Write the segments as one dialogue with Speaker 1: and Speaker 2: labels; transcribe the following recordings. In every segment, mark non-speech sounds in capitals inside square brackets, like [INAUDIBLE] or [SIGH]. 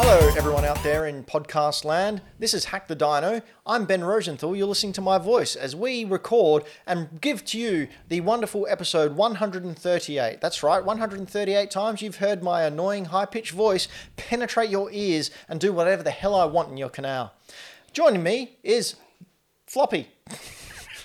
Speaker 1: Hello, everyone out there in podcast land. This is Hack the Dino. I'm Ben Rosenthal. You're listening to my voice as we record and give to you the wonderful episode 138. That's right, 138 times you've heard my annoying high pitched voice penetrate your ears and do whatever the hell I want in your canal. Joining me is Floppy. [LAUGHS]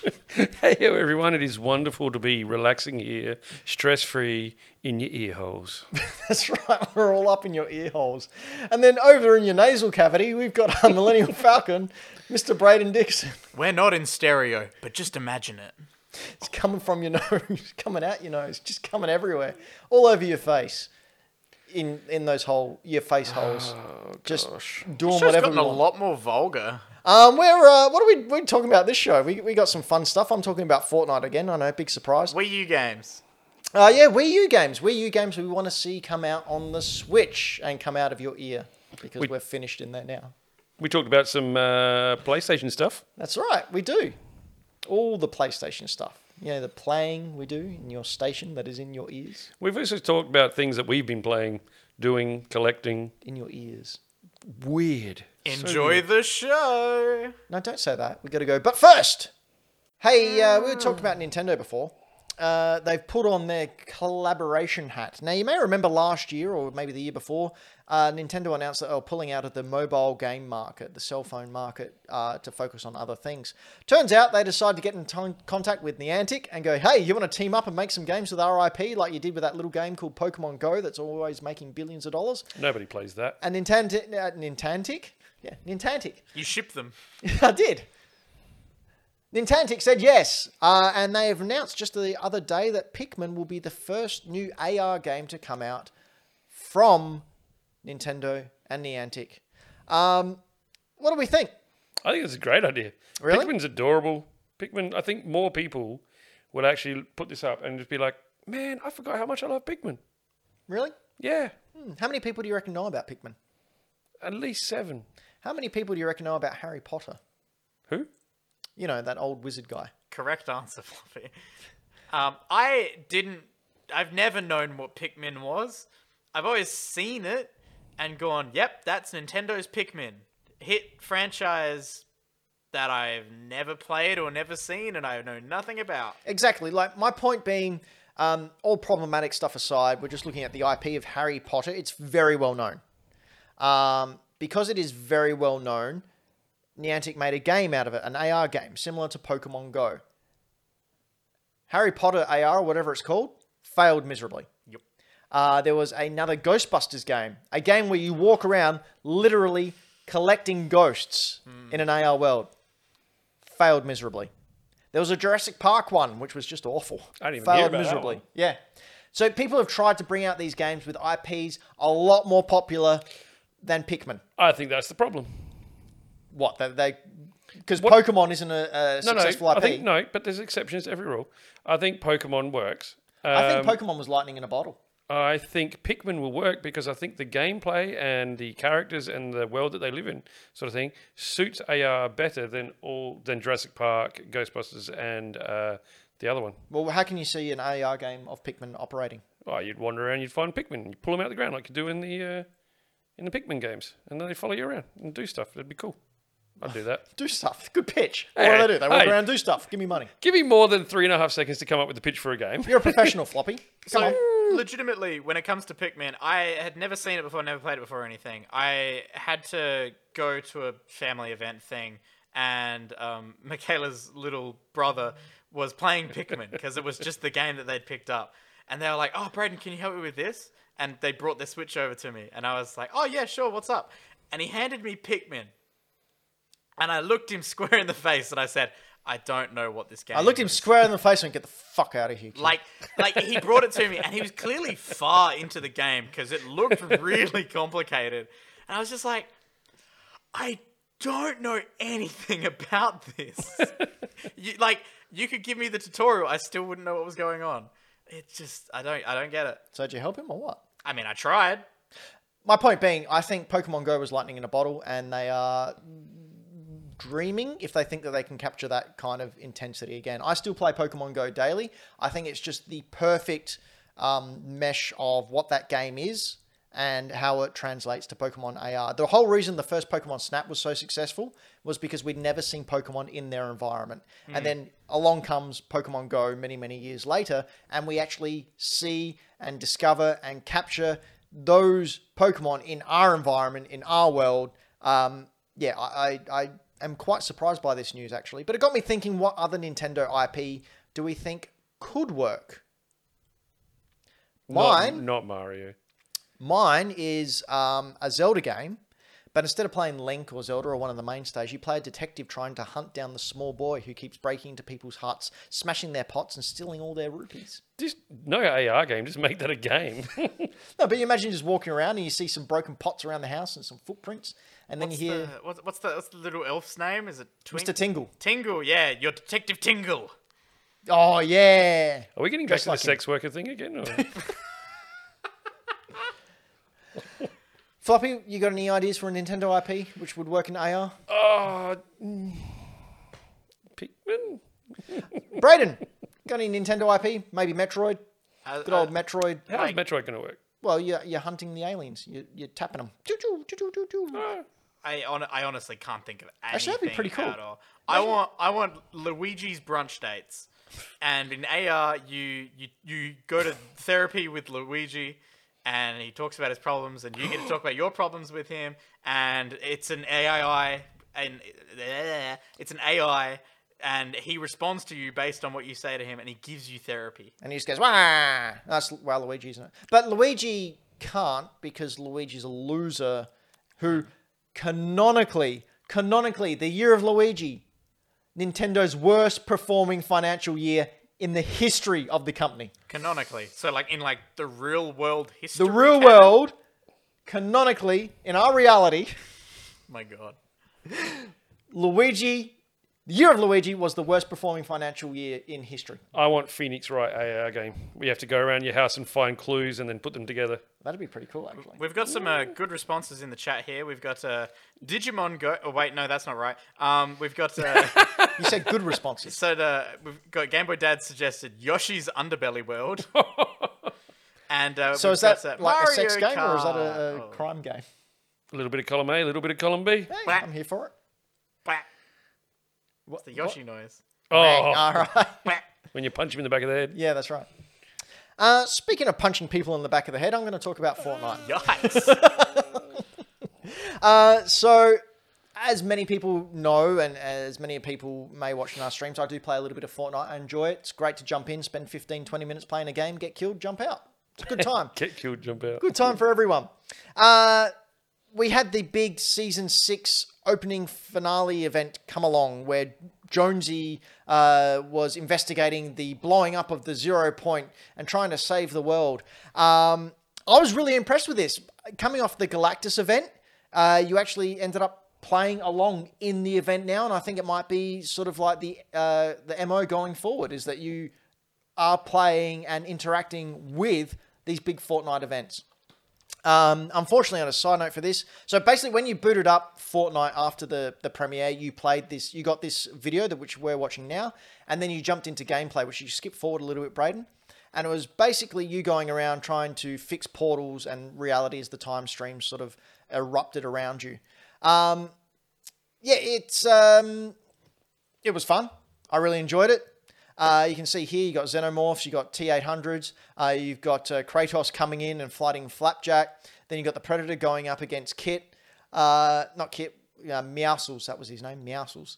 Speaker 2: [LAUGHS] Hey everyone, it is wonderful to be relaxing here, stress free in your ear holes.
Speaker 1: That's right, [LAUGHS] we're all up in your ear holes. And then over in your nasal cavity, we've got our [LAUGHS] Millennial Falcon, Mr. Braden Dixon.
Speaker 3: We're not in stereo, but just imagine it.
Speaker 1: It's coming from your [LAUGHS] nose, coming out your nose, just coming everywhere, all over your face, in in those hole your face holes, just doing
Speaker 3: Oh, Show's
Speaker 1: whatever
Speaker 3: gotten
Speaker 1: we
Speaker 3: a
Speaker 1: want.
Speaker 3: lot more vulgar.
Speaker 1: Um, we're uh, what are we we talking about this show? We we got some fun stuff. I'm talking about Fortnite again. I know, big surprise.
Speaker 3: Wii U games.
Speaker 1: Uh, yeah, Wii U games, Wii U games we want to see come out on the Switch and come out of your ear because we,
Speaker 2: We-
Speaker 1: are finished in there now.
Speaker 2: We talked about some uh, PlayStation stuff.
Speaker 1: That's right, we do all the PlayStation stuff. You know, the playing we do in your station that is in your ears,
Speaker 2: We've also talked about things that we've been playing, doing, collecting.
Speaker 1: in your ears.
Speaker 2: Weird.
Speaker 3: Enjoy the show.
Speaker 1: No, don't say that. We got to go. But first, hey, uh, we were talking about Nintendo before. Uh, they've put on their collaboration hat. Now, you may remember last year or maybe the year before, uh, Nintendo announced that they were pulling out of the mobile game market, the cell phone market, uh, to focus on other things. Turns out they decided to get in ton- contact with Niantic and go, hey, you want to team up and make some games with our IP like you did with that little game called Pokemon Go that's always making billions of dollars?
Speaker 2: Nobody plays that.
Speaker 1: And Nintanti- uh, Nintantic? Yeah, Nintantic.
Speaker 3: You ship them.
Speaker 1: [LAUGHS] I did. Nintantic said yes, uh, and they have announced just the other day that Pikmin will be the first new AR game to come out from Nintendo and Niantic. Um, what do we think?
Speaker 2: I think it's a great idea.
Speaker 1: Really?
Speaker 2: Pikmin's adorable. Pikmin, I think more people would actually put this up and just be like, man, I forgot how much I love Pikmin.
Speaker 1: Really?
Speaker 2: Yeah,
Speaker 1: Hmm, How many people do you reckon know about Pikmin?
Speaker 2: at least seven.
Speaker 1: How many people do you reckon know about Harry Potter?
Speaker 2: Who?
Speaker 1: You know, that old wizard guy.
Speaker 3: Correct answer, [LAUGHS] Floppy. Um, I didn't. I've never known what Pikmin was. I've always seen it and gone, "Yep, that's Nintendo's Pikmin." Hit franchise that I've never played or never seen, and I know nothing about.
Speaker 1: Exactly. Like my point being, um, all problematic stuff aside, we're just looking at the IP of Harry Potter. It's very well known. Um, because it is very well known, Niantic made a game out of it, an AR game similar to Pokemon Go. Harry Potter AR, or whatever it's called, failed miserably.
Speaker 3: Yep.
Speaker 1: Uh, there was another Ghostbusters game, a game where you walk around literally collecting ghosts
Speaker 2: Hmm.
Speaker 1: in an AR world. Failed miserably. There was a Jurassic Park one, which was just awful.
Speaker 2: I didn't even hear
Speaker 1: Failed
Speaker 2: about that
Speaker 1: miserably.
Speaker 2: one.
Speaker 1: Yeah. So people have tried to bring out these games with IPs a lot more popular than Pikmin.
Speaker 2: I think that's the problem.
Speaker 1: What they they because
Speaker 2: What-
Speaker 1: Pokemon isn't a, a
Speaker 2: No,
Speaker 1: successful
Speaker 2: no,
Speaker 1: IP.
Speaker 2: I think no, but there's exceptions to every rule. I think Pokemon works. Um,
Speaker 1: I think Pokemon was lightning in a bottle.
Speaker 2: I think Pikmin will work because I think the gameplay and the characters and the world that they live in, sort of thing, suits AR better than all than Jurassic Park, Ghostbusters, and uh, the other one.
Speaker 1: Well, how can you see an AR game of Pikmin operating?
Speaker 2: Oh, you'd wander around, you'd find Pikmin, you pull them out of the ground like you do in the uh, in the Pikmin games, and then they follow you around and do stuff. That'd be cool. I'd do
Speaker 1: [LAUGHS]
Speaker 2: that.
Speaker 1: Do stuff. Good pitch. what do they do? They walk
Speaker 2: hey.
Speaker 1: around, and do stuff. Give me money.
Speaker 2: Give me more than three and a half seconds to come up with a pitch for a game. [LAUGHS]
Speaker 1: You're a professional, floppy. Come on.
Speaker 3: So, legitimately, when it comes to Pikmin, I had never seen it before, never played it before or anything. I had to go to a family event thing, and um, [LAUGHS] Michaela's little brother was playing Pikmin because it was just the game that they'd picked up. And they were like, Oh, Braden, can you help me with this? And they brought their Switch over to me, and I was like, Oh, yeah, sure, what's up? And he handed me Pikmin. And I looked him [LAUGHS] square in the face and I said, I don't know what this game
Speaker 1: I looked him
Speaker 3: is."
Speaker 1: square in the face and went, get the fuck out of here. kid."
Speaker 3: Like, like he brought it to me, and he was clearly far into the game because
Speaker 1: [LAUGHS]
Speaker 3: it looked really complicated. And I was just like, I don't know anything about
Speaker 1: [LAUGHS]
Speaker 3: this. you, like, you could give me the tutorial, I still wouldn't know what was going on. It just, I don't, I don't get it.
Speaker 1: so did you help him or what?
Speaker 3: I mean, I tried.
Speaker 1: My point being, I think Pokemon Go was lightning in a bottle, and they are dreaming if they think that they can capture that kind of intensity again. I still play Pokemon Go daily. I think it's just the perfect um, mesh of what that game is and how it translates to Pokemon AR. The whole reason the first Pokemon Snap was so successful was because we'd never seen Pokemon in their environment. And then along comes Pokemon Go many, many years later, and we actually see and discover and capture those Pokemon in our environment, in our world. Um, yeah, I, I, I am quite surprised by this news actually, but it got me thinking what other Nintendo IP do we think could work?
Speaker 2: Not-
Speaker 1: Mine.
Speaker 2: not Mario.
Speaker 1: Mine is um, a Zelda game, but instead of playing Link or Zelda or one of the mainstays, you play a detective trying to hunt down the small boy who keeps breaking into people's huts, smashing their pots, and stealing all their rupees.
Speaker 2: Just no AR game. Just make that a game. [LAUGHS]
Speaker 1: No, but you imagine just walking around and you see some broken pots around the house and some footprints, and then
Speaker 3: What's
Speaker 1: you
Speaker 3: the,
Speaker 1: hear
Speaker 3: what's, what's the what's the little elf's name? Is it Twink?
Speaker 1: Mr. Tingle.
Speaker 3: Tingle? Yeah, your detective Tingle.
Speaker 1: Oh yeah.
Speaker 2: Are we getting back
Speaker 1: Just
Speaker 2: to
Speaker 1: like
Speaker 2: the
Speaker 1: him.
Speaker 2: sex worker thing again? Or? [LAUGHS]
Speaker 1: Floppy, you got any ideas for a Nintendo IP which would work in AR?
Speaker 2: oh, mm. Pikmin.
Speaker 1: Brayden, got any Nintendo IP? Maybe Metroid.
Speaker 3: Uh,
Speaker 1: Good old Metroid.
Speaker 2: How's
Speaker 3: Like-
Speaker 2: Metroid going to work?
Speaker 1: Well, you're, you're hunting the aliens. You're, you're tapping them.
Speaker 2: Oh,
Speaker 3: I on, I honestly can't think of anything.
Speaker 1: Actually, that'd be pretty cool.
Speaker 3: At all. I want I want Luigi's brunch dates, and in AR you you you go to therapy with Luigi, and he talks about his problems, and you get to talk about your problems with him, and it's an AI and eh, it's an AI. And he responds to you based on what you say to him, and he gives you therapy.
Speaker 1: and he just goes wah. That's well, Luigi, isn't it? But Luigi can't because Luigi's a loser who canonically, canonically, the year of Luigi, Nintendo's worst performing financial year in the history of the company.
Speaker 3: Canonically, so like in like the real world history.
Speaker 1: The real
Speaker 3: canon-
Speaker 1: world, canonically, in our reality,
Speaker 3: My God.
Speaker 1: Luigi, the year of Luigi was the worst performing financial year in history.
Speaker 2: I want Phoenix Wright AR game. We have to go around your house and find clues and then put them together.
Speaker 1: That'd be pretty cool, actually.
Speaker 3: We've got some uh, good responses in the chat here. We've got uh, Digimon Go. Oh wait, no, that's not right. Um, we've got uh,
Speaker 1: [LAUGHS] You said good
Speaker 3: [LAUGHS]
Speaker 1: responses.
Speaker 3: so the, we've got Game Boy Dad suggested Yoshi's Underbelly
Speaker 1: [LAUGHS]
Speaker 3: World, and uh,
Speaker 1: So
Speaker 3: we've
Speaker 1: is that
Speaker 3: got, uh,
Speaker 1: like a
Speaker 3: Mario
Speaker 1: sex game or is that
Speaker 3: Kart. Oh,
Speaker 1: a, a crime game?
Speaker 2: A little bit of column A, a little bit of column B.
Speaker 1: Hey,
Speaker 3: Quack.
Speaker 1: I'm here for it.
Speaker 3: Quack.
Speaker 1: What's
Speaker 3: the Yoshi noise?
Speaker 2: Oh,
Speaker 1: All right. [LAUGHS]
Speaker 3: Quack.
Speaker 2: when you punch him in the back of the head.
Speaker 1: Yeah, that's right. Uh, speaking of punching people in the back of the head, I'm going to talk about Fortnite.
Speaker 3: Yikes!
Speaker 1: Uh, so, as many people know, and as many people may watch in our streams, I do play a little bit of Fortnite. I enjoy it. It's great to jump in, spend 15, 20 minutes playing a game, get killed, jump out. It's a good time.
Speaker 2: Get killed, jump out.
Speaker 1: good time for everyone. Uh, we had the big season six opening finale event come along where Jonesy uh, was investigating the blowing up of the zero point and trying to save the world. Um, I was really impressed with this. Coming off the Galactus event, uh, you actually ended up playing along in the event now, and I think it might be sort of like the uh, the mo going forward is that you are playing and interacting with these big Fortnite events. Um, unfortunately, on a side note for this, so basically, when you booted up Fortnite after the, the premiere, you played this, you got this video that which we're watching now, and then you jumped into gameplay, which you skip forward a little bit, Braden, and it was basically you going around trying to fix portals and reality as the time stream sort of erupted around you. Um, yeah, it's um, it was fun. I really enjoyed it. Uh, you can see here you got xenomorphs, you got T800s, uh, you've got uh, Kratos coming in and fighting Flapjack. Then you got the Predator going up against Kit, uh, not Kit, uh, Meowsles. That was his name, Meowsles.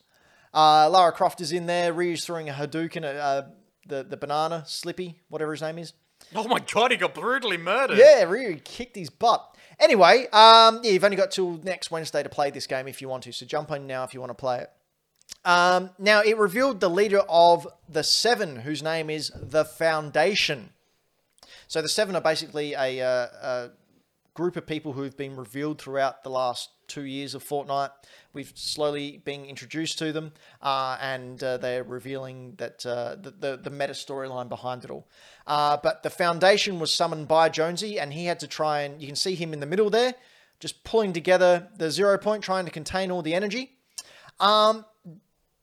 Speaker 1: Uh, Lara Croft is in there. Ryu's throwing a Hadouken at uh, the the banana Slippy, whatever his name is.
Speaker 3: oh my God, he got brutally murdered.
Speaker 1: Yeah, Ryu kicked his butt. Anyway, um, yeah, you've only got till next Wednesday to play this game if you want to. So jump on now if you want to play it. Um, now it revealed the leader of the Seven, whose name is the Foundation. So the Seven are basically a, uh, a group of people who've been revealed throughout the last two years of Fortnite. We've slowly been introduced to them, uh, and uh, they're revealing that uh, the, the the meta storyline behind it all. Uh, but the Foundation was summoned by Jonesy, and he had to try and you can see him in the middle there, just pulling together the zero point, trying to contain all the energy. Um,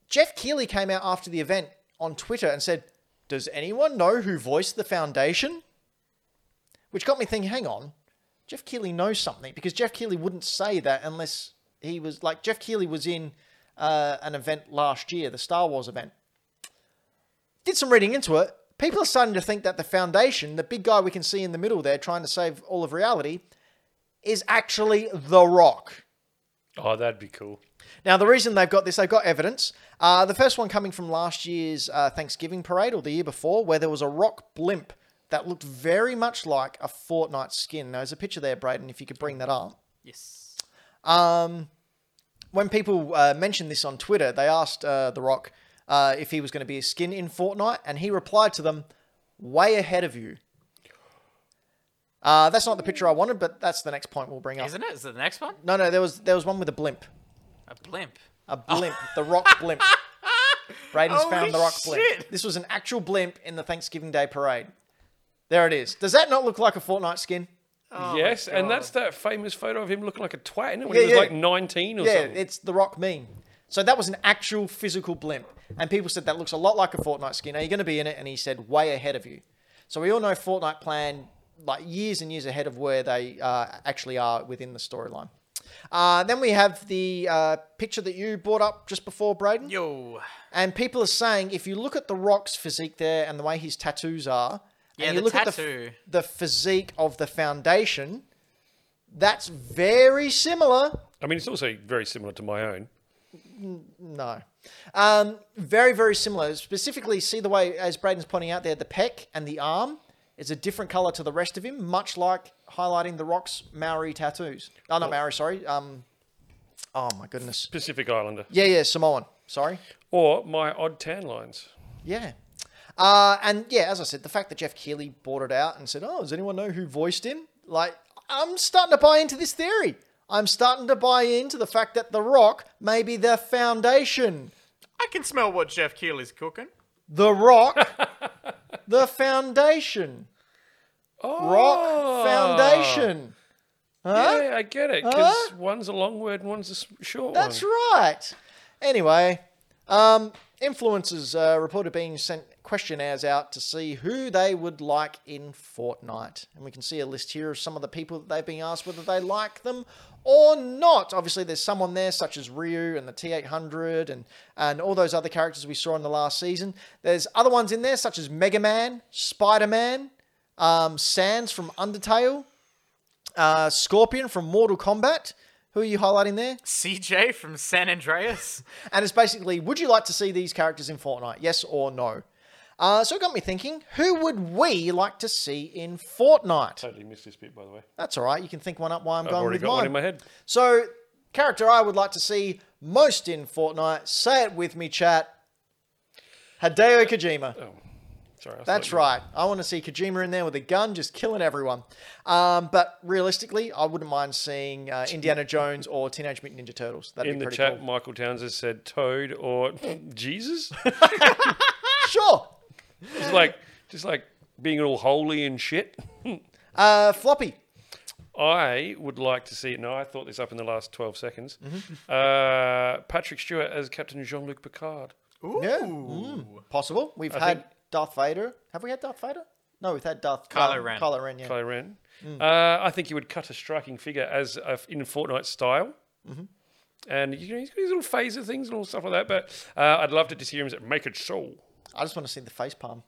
Speaker 1: Jeff Keighley came out after the event on Twitter and said, Does anyone know who voiced the foundation? which got me thinking, hang on, Jeff Keighley knows something because Jeff Keighley wouldn't say that unless he was like Jeff Keighley was in uh, an event last year, the Star Wars event. Did some reading into it. People are starting to think that the Foundation, the big guy we can see in the middle there trying to save all of reality, is actually The Rock.
Speaker 2: Oh, that'd be cool.
Speaker 1: Now, the reason they've got this, they've got evidence. Uh, the first one coming from last year's uh, Thanksgiving parade or the year before, where there was a rock blimp that looked very much like a Fortnite skin. Now, There's a picture there, Brayden, if you could bring that up.
Speaker 3: Yes.
Speaker 1: When people uh, mentioned this on Twitter, they asked uh, The Rock uh, if he was going to be a skin in Fortnite, and he replied to them, way ahead of you. Uh, that's not the picture I wanted, but that's the next point we'll bring up.
Speaker 3: Isn't it? Is it the next one?
Speaker 1: No, no, there was there was one with a blimp.
Speaker 3: A blimp.
Speaker 1: A blimp. the
Speaker 3: [LAUGHS]
Speaker 1: rock blimp. Braden's
Speaker 3: Holy
Speaker 1: found the rock blimp.
Speaker 3: shit.
Speaker 1: This was an actual blimp in the Thanksgiving Day parade. There it is. Does that not look like a Fortnite skin?
Speaker 3: Oh my
Speaker 2: yes, and that's
Speaker 3: God.
Speaker 2: that famous photo of him looking like a twat isn't it? when he
Speaker 1: Yeah,
Speaker 2: was
Speaker 1: yeah.
Speaker 2: like 19 or
Speaker 1: Yeah,
Speaker 2: something.
Speaker 1: it's the rock meme. So that was an actual physical blimp. And people said that looks a lot like a Fortnite skin. Are you going to be in it? And he said, way ahead of you. So we all know Fortnite planned like years and years ahead of where they uh, actually are within the storyline. Uh, then we have the uh, picture that you brought up just before, Braden.
Speaker 3: Yo.
Speaker 1: And people are saying if you look at the Rock's physique there and the way his tattoos are,
Speaker 3: Yeah,
Speaker 1: and you
Speaker 3: the
Speaker 1: look
Speaker 3: tattoo.
Speaker 1: at the, f- the physique of the foundation, that's very similar.
Speaker 2: I mean, it's also very similar to my own.
Speaker 1: No. Um, very, very similar. Specifically, see the way, as Braden's pointing out there, the pec and the arm is a different color to the rest of him, much like highlighting the Rock's Maori tattoos. Oh, not Maori, sorry. Um, oh, my goodness.
Speaker 2: Pacific Islander.
Speaker 1: Yeah, yeah, Samoan. Sorry.
Speaker 2: Or my odd tan lines.
Speaker 1: Yeah. Uh, and yeah, as I said, the fact that Jeff Keighley brought it out and said, "Oh, does anyone know who voiced him?" Like, I'm starting to buy into this theory. I'm starting to buy into the fact that The Rock may be the foundation.
Speaker 3: I can smell what Jeff Keighley's cooking.
Speaker 1: The Rock, the foundation.
Speaker 2: Oh,
Speaker 1: Rock foundation.
Speaker 2: Yeah, I get it. Because
Speaker 1: Huh?
Speaker 2: one's a long word and one's a s- short
Speaker 1: That's
Speaker 2: one.
Speaker 1: right. Anyway, um, influencers uh, reported being sent questionnaires out to see who they would like in Fortnite. And we can see a list here of some of the people that they've been asked whether they like them or not. Obviously, there's someone there, such as Ryu and the T 800 and, and all those other characters we saw in the last season. There's other ones in there, such as Mega Man, Spider Man, um, Sans from Undertale, uh, Scorpion from Mortal Kombat. Who are you highlighting there?
Speaker 3: CJ from San Andreas.
Speaker 1: And it's basically, would you like to see these characters in Fortnite? Yes or no? Uh, so it got me thinking, who would we like to see in Fortnite?
Speaker 2: Totally missed this bit, by the way.
Speaker 1: That's all right. You can think one up while I'm
Speaker 2: I've
Speaker 1: going
Speaker 2: already
Speaker 1: with
Speaker 2: got one in
Speaker 1: mine.
Speaker 2: my head.
Speaker 1: so, character I would like to see most in Fortnite, say it with me, chat. Hideo Kojima.
Speaker 2: Sorry. I thought
Speaker 1: That's
Speaker 2: you-
Speaker 1: right. I want to see Kojima in there with a gun, just killing everyone. Um, but realistically, I wouldn't mind seeing uh, Indiana Jones or Teenage Mutant Ninja Turtles. That'd
Speaker 2: In
Speaker 1: be
Speaker 2: the
Speaker 1: pretty
Speaker 2: chat,
Speaker 1: cool.
Speaker 2: Michael Towns has said Toad or [LAUGHS] Jesus.
Speaker 1: Sure.
Speaker 2: Just like, just like being all holy and shit.
Speaker 1: Uh, floppy.
Speaker 2: I would like to see. No, I thought this up in the last twelve seconds.
Speaker 1: Mm-hmm.
Speaker 2: Uh, Patrick Stewart as Captain Jean Luc Picard.
Speaker 3: Ooh.
Speaker 1: Yeah. Mm. Possible. We've had Darth Vader. Have we had Darth Vader? No, we've had Darth
Speaker 3: Kylo
Speaker 1: um,
Speaker 3: Ren.
Speaker 1: Kylo Ren, yeah.
Speaker 2: Kylo Ren. Uh, I think he would cut a striking figure as a, in Fortnite style. And you know, he's got his little phaser things and all stuff like that. But uh, I'd love to just hear him say, "Make it so."
Speaker 1: I just want to see the face palm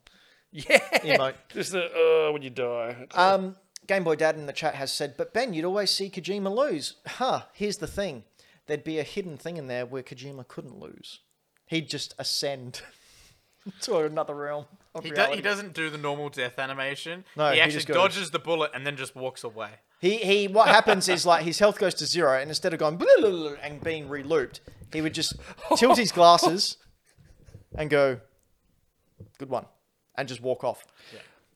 Speaker 2: Yeah.
Speaker 1: emote.
Speaker 2: Just the uh, when you die.
Speaker 1: um, Game Boy Dad in the chat has said, but Ben, you'd always see Kojima lose. Huh, here's the thing. There'd be a hidden thing in there where Kojima couldn't lose. He'd just ascend [LAUGHS] to another realm of
Speaker 3: He, do-
Speaker 1: reality.
Speaker 3: he doesn't do the normal death animation.
Speaker 1: No,
Speaker 3: he
Speaker 1: he
Speaker 3: actually
Speaker 1: just goes-
Speaker 3: dodges the bullet and then just walks away. [LAUGHS]
Speaker 1: He he. What happens is like his health goes to zero, and instead of going blah, blah, blah, and being re-looped, he would
Speaker 3: [LAUGHS]
Speaker 1: just tilt his glasses and go, "Good one," and just walk off.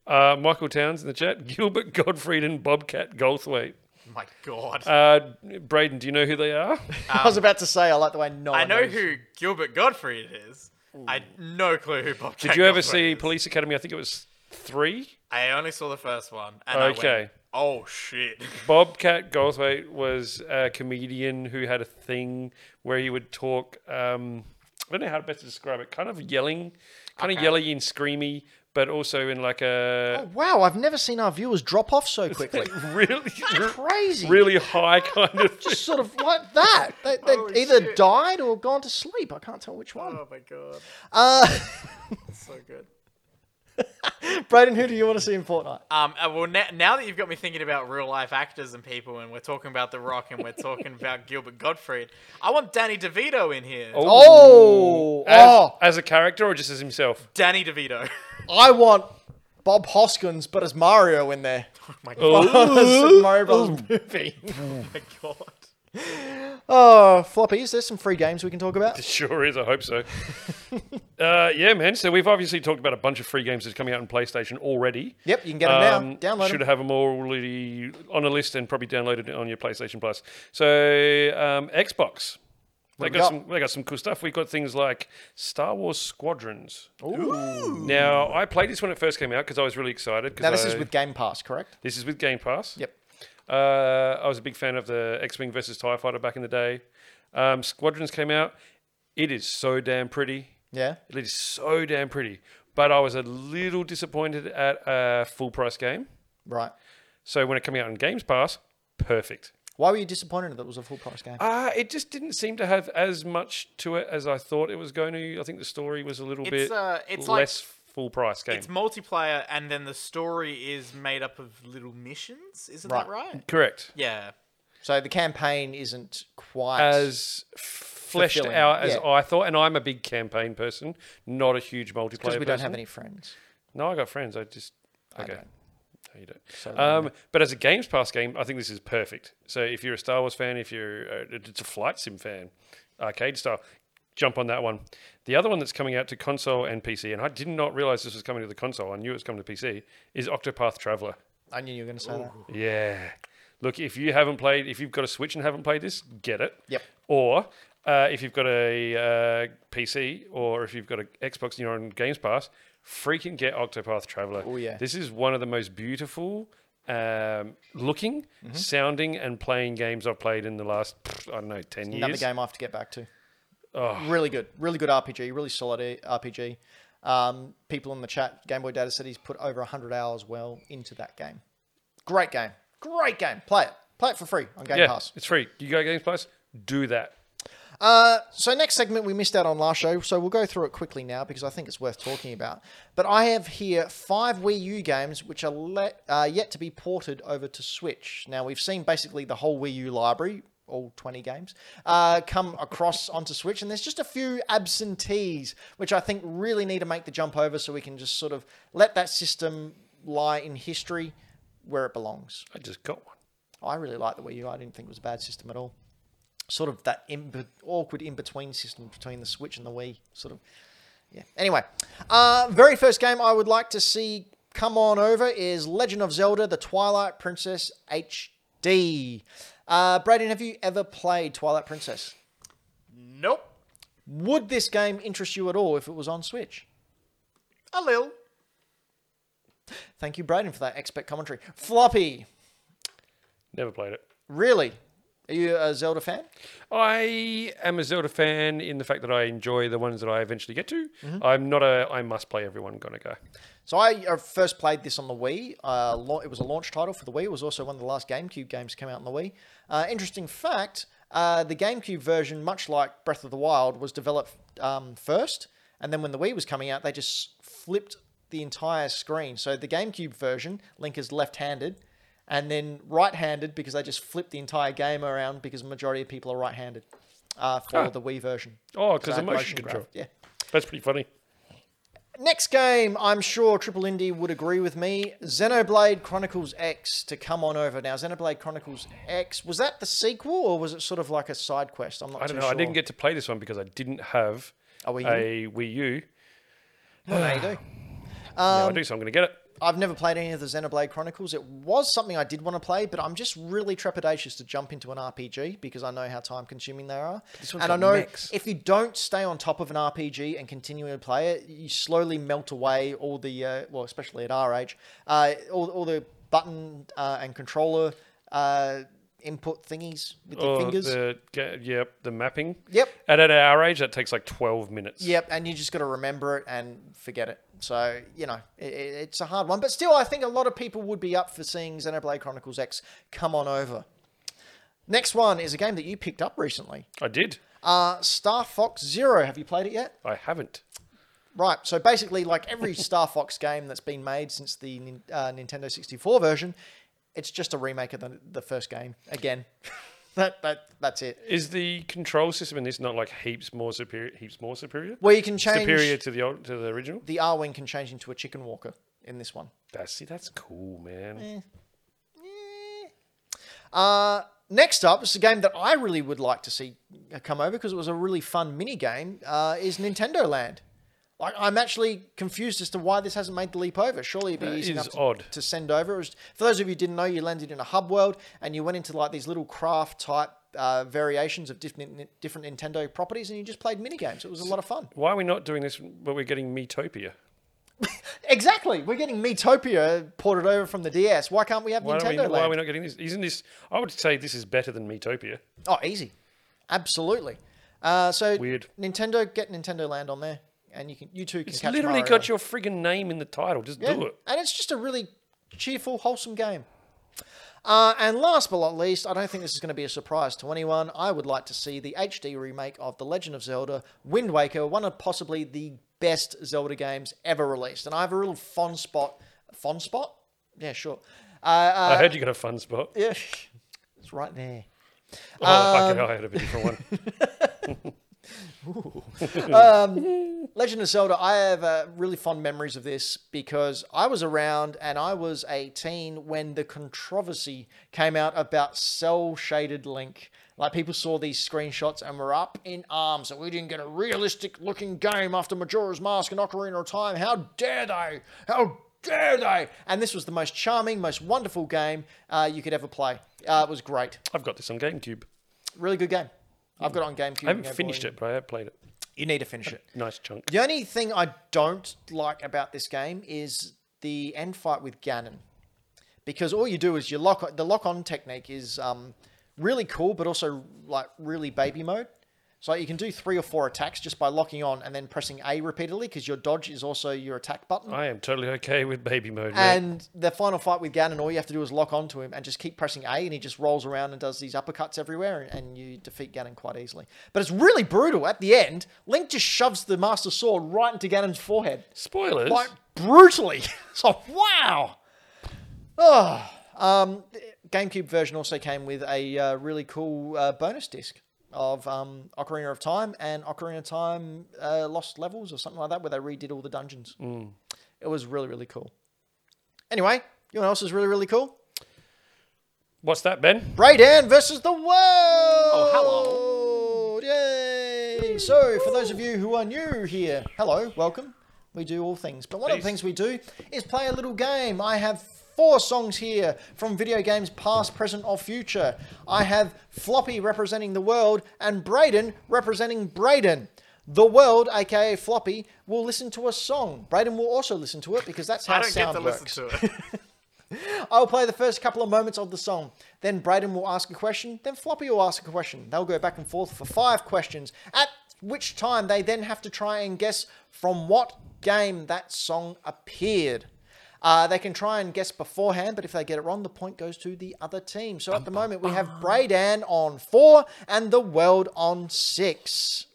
Speaker 2: Uh, Michael Towns in the chat. Gilbert Gottfried and Bobcat Goldthwait.
Speaker 3: My God.
Speaker 2: Uh, Braden, do you know who they are?
Speaker 1: I was about to say, I like the way no.
Speaker 3: Um, I
Speaker 1: one
Speaker 3: know
Speaker 1: knows.
Speaker 3: who Gilbert Gottfried is. I no clue who Bob.
Speaker 2: Did you ever see Police Academy? I think it was three.
Speaker 3: I only saw the first one. And I went,
Speaker 2: Okay.
Speaker 3: oh shit.
Speaker 2: Bobcat Goldthwait was a comedian who had a thing where he would talk. Um, I don't know how best to describe it. Kind of yelling, kind of yelly and screamy, but also in like a
Speaker 1: Oh, Wow, I've never seen our viewers drop off so
Speaker 3: [LAUGHS]
Speaker 1: quickly.
Speaker 2: [LAUGHS] really,
Speaker 1: Crazy.
Speaker 2: really high
Speaker 1: [LAUGHS]
Speaker 2: kind of.
Speaker 1: Just sort of like that. They, they
Speaker 3: Holy
Speaker 1: either
Speaker 3: shit.
Speaker 1: died or gone to sleep. I can't tell which one.
Speaker 3: Oh my [LAUGHS] god,
Speaker 1: Uh,
Speaker 3: so good.
Speaker 1: Braden, who do you want to see in Fortnite?
Speaker 3: Oh. Um, uh, well, na- now that you've got me thinking about real life actors and people, and we're talking about The Rock and we're talking about Gilbert Gottfried, I want Danny DeVito in here.
Speaker 1: Oh,
Speaker 2: as,
Speaker 1: oh.
Speaker 2: as a character or just as himself?
Speaker 3: Danny DeVito.
Speaker 1: I want Bob Hoskins, but as Mario in there.
Speaker 3: oh my
Speaker 2: Oh.
Speaker 1: [LAUGHS]
Speaker 3: god.
Speaker 1: Super Mario Bros. movie.
Speaker 3: Oh my god.
Speaker 1: [LAUGHS] Oh, Floppy, is there some free games we can talk about?
Speaker 2: Sure is. I hope
Speaker 1: [LAUGHS]
Speaker 2: so. uh, yeah, man. So we've obviously talked about a bunch of free games that's coming out on PlayStation already.
Speaker 1: Yep, you can get them now. Download
Speaker 2: Um, Should
Speaker 1: them.
Speaker 2: have them already on a list and probably downloaded it on your PlayStation Plus. So um, Xbox. They
Speaker 1: What we
Speaker 2: got,
Speaker 1: got?
Speaker 2: some. They got some cool stuff. We got things like Star Wars Squadrons.
Speaker 1: Ooh.
Speaker 2: Now, I played this when it first came out because I was really excited. 'cause
Speaker 1: Now, this
Speaker 2: I-
Speaker 1: is with Game Pass, correct?
Speaker 2: this is with Game Pass.
Speaker 1: Yep.
Speaker 2: Uh, I was a big fan of the X Wing versus TIE Fighter back in the day. Um, Squadrons came out. It is so damn pretty.
Speaker 1: Yeah.
Speaker 2: It is so damn pretty. But I was a little disappointed at a full price game.
Speaker 1: Right.
Speaker 2: So when it came out on Games Pass, perfect.
Speaker 1: Why were you disappointed that it was a full price game?
Speaker 2: Uh, it just didn't seem to have as much to it as I thought it was going to. I think the story was a little bit
Speaker 3: uh, it's like-
Speaker 2: less full price game.
Speaker 3: It's multiplayer, and then the story is made up of little missions. Isn't that
Speaker 1: Right.
Speaker 3: right?
Speaker 2: Correct.
Speaker 3: Yeah.
Speaker 1: So the campaign isn't quite.
Speaker 2: as fleshed
Speaker 1: Fulfilling,
Speaker 2: out as
Speaker 1: yeah.
Speaker 2: I thought. And I'm a big campaign person, not a huge multiplayer
Speaker 1: because we don't
Speaker 2: person.
Speaker 1: have any friends.
Speaker 2: No, I got friends. I just okay.
Speaker 1: don't.
Speaker 2: No, you don't. um, but as a Games Pass game, I think this is perfect. So if you're a Star Wars fan, if you're uh, it's a flight sim fan, arcade style, jump on that one. The other one that's coming out to console and PC, and I did not realize this was coming to the console. I knew it was coming to PC. Is Octopath Traveler?
Speaker 1: I knew you were going to say that.
Speaker 2: Yeah. Look, if you haven't played, if you've got a Switch and haven't played this, get it.
Speaker 1: Yep.
Speaker 2: Or uh, if you've got a uh, PC or if you've got an Xbox and you're on Games Pass, freaking get Octopath Traveler.
Speaker 1: Oh, yeah.
Speaker 2: This is one of the most beautiful um, looking,
Speaker 1: Mm-hmm.
Speaker 2: sounding, and playing games I've played in the last, pff, I don't know, 10
Speaker 1: Another
Speaker 2: years.
Speaker 1: game I have to get back to. Really good, really good RPG, really solid E, A- RPG. Um, people in the chat, Game Boy Data said he's put over 100 hours well into that game. Great game, great game. Play it, play it for free on Game
Speaker 2: Yeah,
Speaker 1: Pass.
Speaker 2: it's free. You go Games Pass, do that.
Speaker 1: Uh, so next segment we missed out on last show, so we'll go through it quickly now because I think it's worth talking about. But I have here five Wii U games which are let, uh, yet to be ported over to Switch. Now we've seen basically the whole Wii U library, all 20 games, uh, come across onto Switch, and there's just a few absentees which I think really need to make the jump over so we can just sort of let that system lie in history where it belongs.
Speaker 2: I just got one.
Speaker 1: I really like the Wii U. I didn't think it was a bad system at all. Sort of that in, awkward in between system between the Switch and the Wii. Sort of, yeah. Anyway, uh, very first game I would like to see come on over is Legend of Zelda: The Twilight Princess HD. Uh, Braden, have you ever played Twilight Princess?
Speaker 3: Nope.
Speaker 1: Would this game interest you at all if it was on Switch?
Speaker 3: A little.
Speaker 1: Thank you, Braden, for that expert commentary. Floppy,
Speaker 2: Never played it.
Speaker 1: really? Are you a Zelda fan?
Speaker 2: I am a Zelda fan in the fact that I enjoy the ones that I eventually get to.
Speaker 1: Mm-hmm.
Speaker 2: I'm not a I must play everyone kind of guy.
Speaker 1: So I uh, first played this on the Wii. Uh, lau- it was a launch title for the Wii. It was also one of the last GameCube games to come out on the Wii. Uh, interesting fact: uh, the GameCube version, much like Breath of the Wild, was developed um, first, and then when the Wii was coming out, they just flipped the entire screen. So the GameCube version, Link is left-handed, and then right-handed because they just flipped the entire game around because the majority of people are right-handed uh, for the Wii version.
Speaker 2: Oh, because
Speaker 1: Uh,
Speaker 2: of motion control.
Speaker 1: graph- Yeah.
Speaker 2: That's pretty funny.
Speaker 1: Next game, I'm sure Triple Indy would agree with me. Xenoblade Chronicles X to come on over now. Xenoblade Chronicles X was that the sequel or was it sort of like a side quest? I'm not.
Speaker 2: I don't
Speaker 1: too
Speaker 2: know. I
Speaker 1: Sure.
Speaker 2: didn't get to play this one because I didn't have
Speaker 1: A Wii U?
Speaker 2: a Wii U.
Speaker 1: No, no, you do.
Speaker 2: now
Speaker 1: Um,
Speaker 2: I do, so I'm going to get it.
Speaker 1: I've never played any of the Xenoblade Chronicles. It was something I did want to play, but I'm just really trepidatious to jump into an RPG because I know how time consuming they are.
Speaker 2: one's
Speaker 1: And I
Speaker 2: got
Speaker 1: know
Speaker 2: mechs.
Speaker 1: if you don't stay on top of an RPG and continually play it, you slowly melt away all the, uh, well, especially at our age, uh, all, all the button uh, and controller uh, input thingies with your
Speaker 2: Or
Speaker 1: fingers.
Speaker 2: Oh, The, ga- yep, the mapping.
Speaker 1: Yep.
Speaker 2: And at our age, that takes like 12 minutes.
Speaker 1: Yep, and you just got to remember it and forget it. So you know i i it's a hard one, but still, I think a lot of people would be up for seeing Xenoblade Chronicles X come on over. Next one is a game that you picked up recently,
Speaker 2: I did.
Speaker 1: uh, Star Fox Zero. Have you played it yet?
Speaker 2: I haven't.
Speaker 1: Right. So basically, like every Star Fox game that's been made since the Nin- uh, Nintendo 64 version, it's just a remake of the, the first game again. [LAUGHS] that, that that's it.
Speaker 2: Is the control system in this not like heaps more superior? Heaps more superior?
Speaker 1: Where you can change
Speaker 2: superior to the old, to the original?
Speaker 1: the R wing can change into a chicken walker in this one.
Speaker 2: That's see, that's cool,
Speaker 1: Eh.
Speaker 2: man.
Speaker 1: Uh, next up is a game that I really would like to see come over because it was a really fun mini game. Uh, is Nintendo Land? Like, I'm actually confused as to why this hasn't made the leap over. Surely it'd be
Speaker 2: That
Speaker 1: easy
Speaker 2: is
Speaker 1: enough to,
Speaker 2: odd.
Speaker 1: to send over. It was, for those of you who didn't know, you landed in a hub world and you went into like these little craft type uh, variations of different different Nintendo properties, and you just played mini games. It was a lot of fun.
Speaker 2: Why are we not doing this? But we're getting Metopia.
Speaker 1: Exactly, we're getting Metopia ported over from the DS. Why can't we have
Speaker 2: Why,
Speaker 1: Nintendo
Speaker 2: don't we,
Speaker 1: Land?
Speaker 2: why are we not getting this? Isn't this? I would say this is better than Metopia.
Speaker 1: Oh, easy, absolutely. Uh, so
Speaker 2: Weird.
Speaker 1: Nintendo, get Nintendo Land on there, and you can you two can
Speaker 2: It's
Speaker 1: catch
Speaker 2: literally
Speaker 1: Mario.
Speaker 2: got your friggin' name in the title. Just do it.
Speaker 1: and it's just a really cheerful, wholesome game. Uh, and last but not least, I don't think this is going to be a surprise to anyone. I would like to see the HD remake of The Legend of Zelda: Wind Waker, one of possibly the best Zelda games ever released, and I have a real fond spot. Fond spot? Yeah, sure. [LAUGHS] Uh, uh,
Speaker 2: I heard you got a fun
Speaker 1: [LAUGHS]
Speaker 2: spot.
Speaker 1: yeah, it's right there.
Speaker 2: Oh, fucking
Speaker 1: Um,
Speaker 2: hell, I had a bit different one.
Speaker 1: [LAUGHS] Legend of Zelda, I have uh, really fond memories of this because I was around and I was 18 when the controversy came out about cell shaded Link. Like, people saw these screenshots and were up in arms that we didn't get a realistic looking game after Majora's Mask and Ocarina of Time. How dare they? How dare they? And this was the most charming, most wonderful game uh, you could ever play. Uh, it was great.
Speaker 2: I've got this on GameCube.
Speaker 1: Really good game. I've got it on GameCube.
Speaker 2: I haven't finished it, but I have played it.
Speaker 1: You need to finish it.
Speaker 2: Nice chunk.
Speaker 1: The only thing I don't like about this game is the end fight with Ganon, because all you do is you lock the lock on technique is um, really cool, but also like really baby mode. So you can do three or four attacks just by locking on and then pressing A repeatedly because your dodge is also your attack button.
Speaker 2: I am totally okay with baby mode. man.
Speaker 1: And the final fight with Ganon, all you have to do is lock onto him and just keep pressing A, and he just rolls around and does these uppercuts everywhere, and, and you defeat Ganon quite easily. But it's really brutal. At the end, Link just shoves the Master Sword right into Ganon's forehead,
Speaker 2: Spoilers.
Speaker 1: like brutally. [LAUGHS] It's like wow. Oh, um, GameCube version also came with a uh, really cool uh, bonus disc of um, Ocarina of Time and Ocarina of Time uh, Lost Levels or something like that, where they redid all the dungeons. It was really really cool. Anyway, you know what else is really really cool?
Speaker 2: What's that, Ben?
Speaker 1: Braydan versus the world. Oh,
Speaker 3: Oh,
Speaker 1: hello. Yay! So, for those of you who are new here, hello, welcome. We do all things, but one of the things we do is play a little game. I have four songs here from video games past, present, or future. I have Floppy representing the world and Brayden representing Brayden. The world, aka Floppy, will listen to a song. Brayden will also listen to it because that's how
Speaker 3: I don't get
Speaker 1: sound
Speaker 3: to
Speaker 1: works.
Speaker 3: listen to it.
Speaker 1: I'll play the first couple of moments of the song. Then Braden will ask a question. Then Floppy will ask a question. They'll go back and forth for five questions, at which time they then have to try and guess from what game that song appeared. Uh, they can try and guess beforehand, but if they get it wrong, the point goes to the other team. So at the moment, we have Braydan on four and the world on six.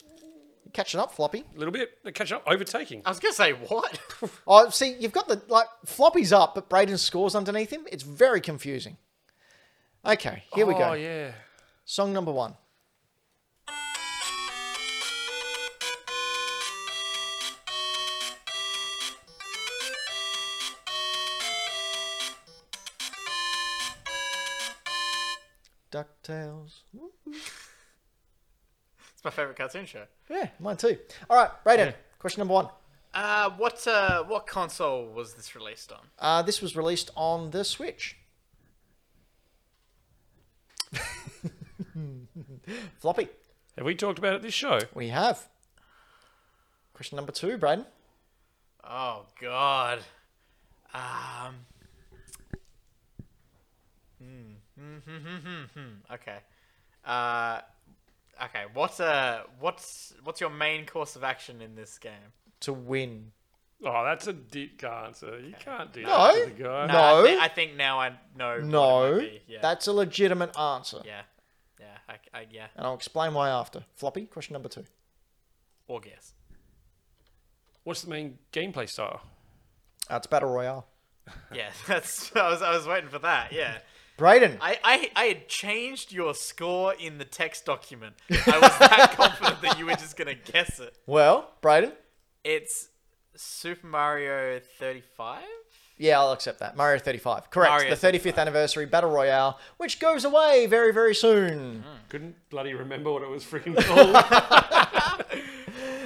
Speaker 1: Catching up, Floppy.
Speaker 2: A little bit. Catch up. Overtaking.
Speaker 1: Uh,
Speaker 3: I was gonna
Speaker 1: [LAUGHS]
Speaker 3: say what?
Speaker 1: Oh, see, you've got the like Floppy's up, but Braden scores underneath him. It's very confusing. Okay, here we go.
Speaker 2: Oh, yeah.
Speaker 1: Song number one. Ducktales.
Speaker 3: it's my favorite cartoon show.
Speaker 1: Yeah, mine too. All right, Braden. Question number one.
Speaker 3: Uh, what uh, what console was this released on?
Speaker 1: Uh, this was released on the Switch. [LAUGHS] Floppy.
Speaker 2: Have we talked about it this show?
Speaker 1: We have. Question number two, Braden.
Speaker 3: Oh God. Um. [LAUGHS] Okay. Uh, okay. What's uh, what's what's your main course of action in this game?
Speaker 1: to win.
Speaker 2: Oh, that's a deep answer. You can't do
Speaker 1: No.
Speaker 2: that to the guy.
Speaker 1: No.
Speaker 3: I, thi- I think now I know. what it
Speaker 1: No,
Speaker 3: might be. Yeah.
Speaker 1: that's a legitimate answer,
Speaker 3: yeah. Yeah. I, I, yeah.
Speaker 1: and I'll explain why after. Floppy, question number two.
Speaker 3: Or guess.
Speaker 2: What's the main gameplay style?
Speaker 1: That's Uh, battle royale.
Speaker 3: Yeah. [LAUGHS] That's. I was. I was waiting for that. Yeah.
Speaker 1: Brayden,
Speaker 3: I, I, I had changed your score in the text document. I was that [LAUGHS] confident that you were just gonna guess it.
Speaker 1: well, Brayden,
Speaker 3: It's Super Mario 35.
Speaker 1: Yeah, I'll accept that. Mario 35. Correct.
Speaker 3: Mario
Speaker 1: the 35th anniversary Battle Royale, which goes away very, very
Speaker 3: Mm-hmm.
Speaker 1: soon.
Speaker 2: Couldn't bloody remember what it was freaking [LAUGHS] called.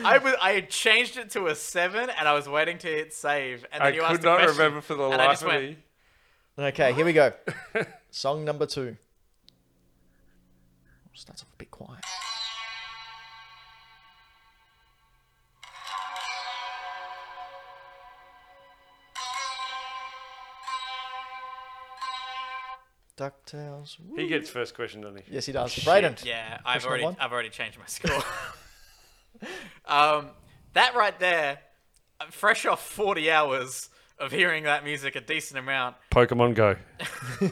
Speaker 3: I was I had changed it to a seven, and I was waiting to hit save, and
Speaker 2: I
Speaker 3: then you asked
Speaker 2: could
Speaker 3: a
Speaker 2: not
Speaker 3: question,
Speaker 2: remember for the
Speaker 3: and I
Speaker 2: life
Speaker 3: just
Speaker 2: of
Speaker 3: went, "Hmm."
Speaker 2: me.
Speaker 1: Okay, here we go. Song number two. Starts off a bit quiet. DuckTales.
Speaker 2: He gets first question, doesn't he?
Speaker 1: Yes, he does.
Speaker 2: Shit.
Speaker 1: Brayden.
Speaker 3: Yeah, I've
Speaker 1: Question
Speaker 3: already
Speaker 1: number one.
Speaker 3: I've
Speaker 1: [LAUGHS]
Speaker 3: already changed my score. um, that right there, I'm fresh off 40 hours of hearing that music a decent amount.
Speaker 2: Pokemon Go.
Speaker 3: Can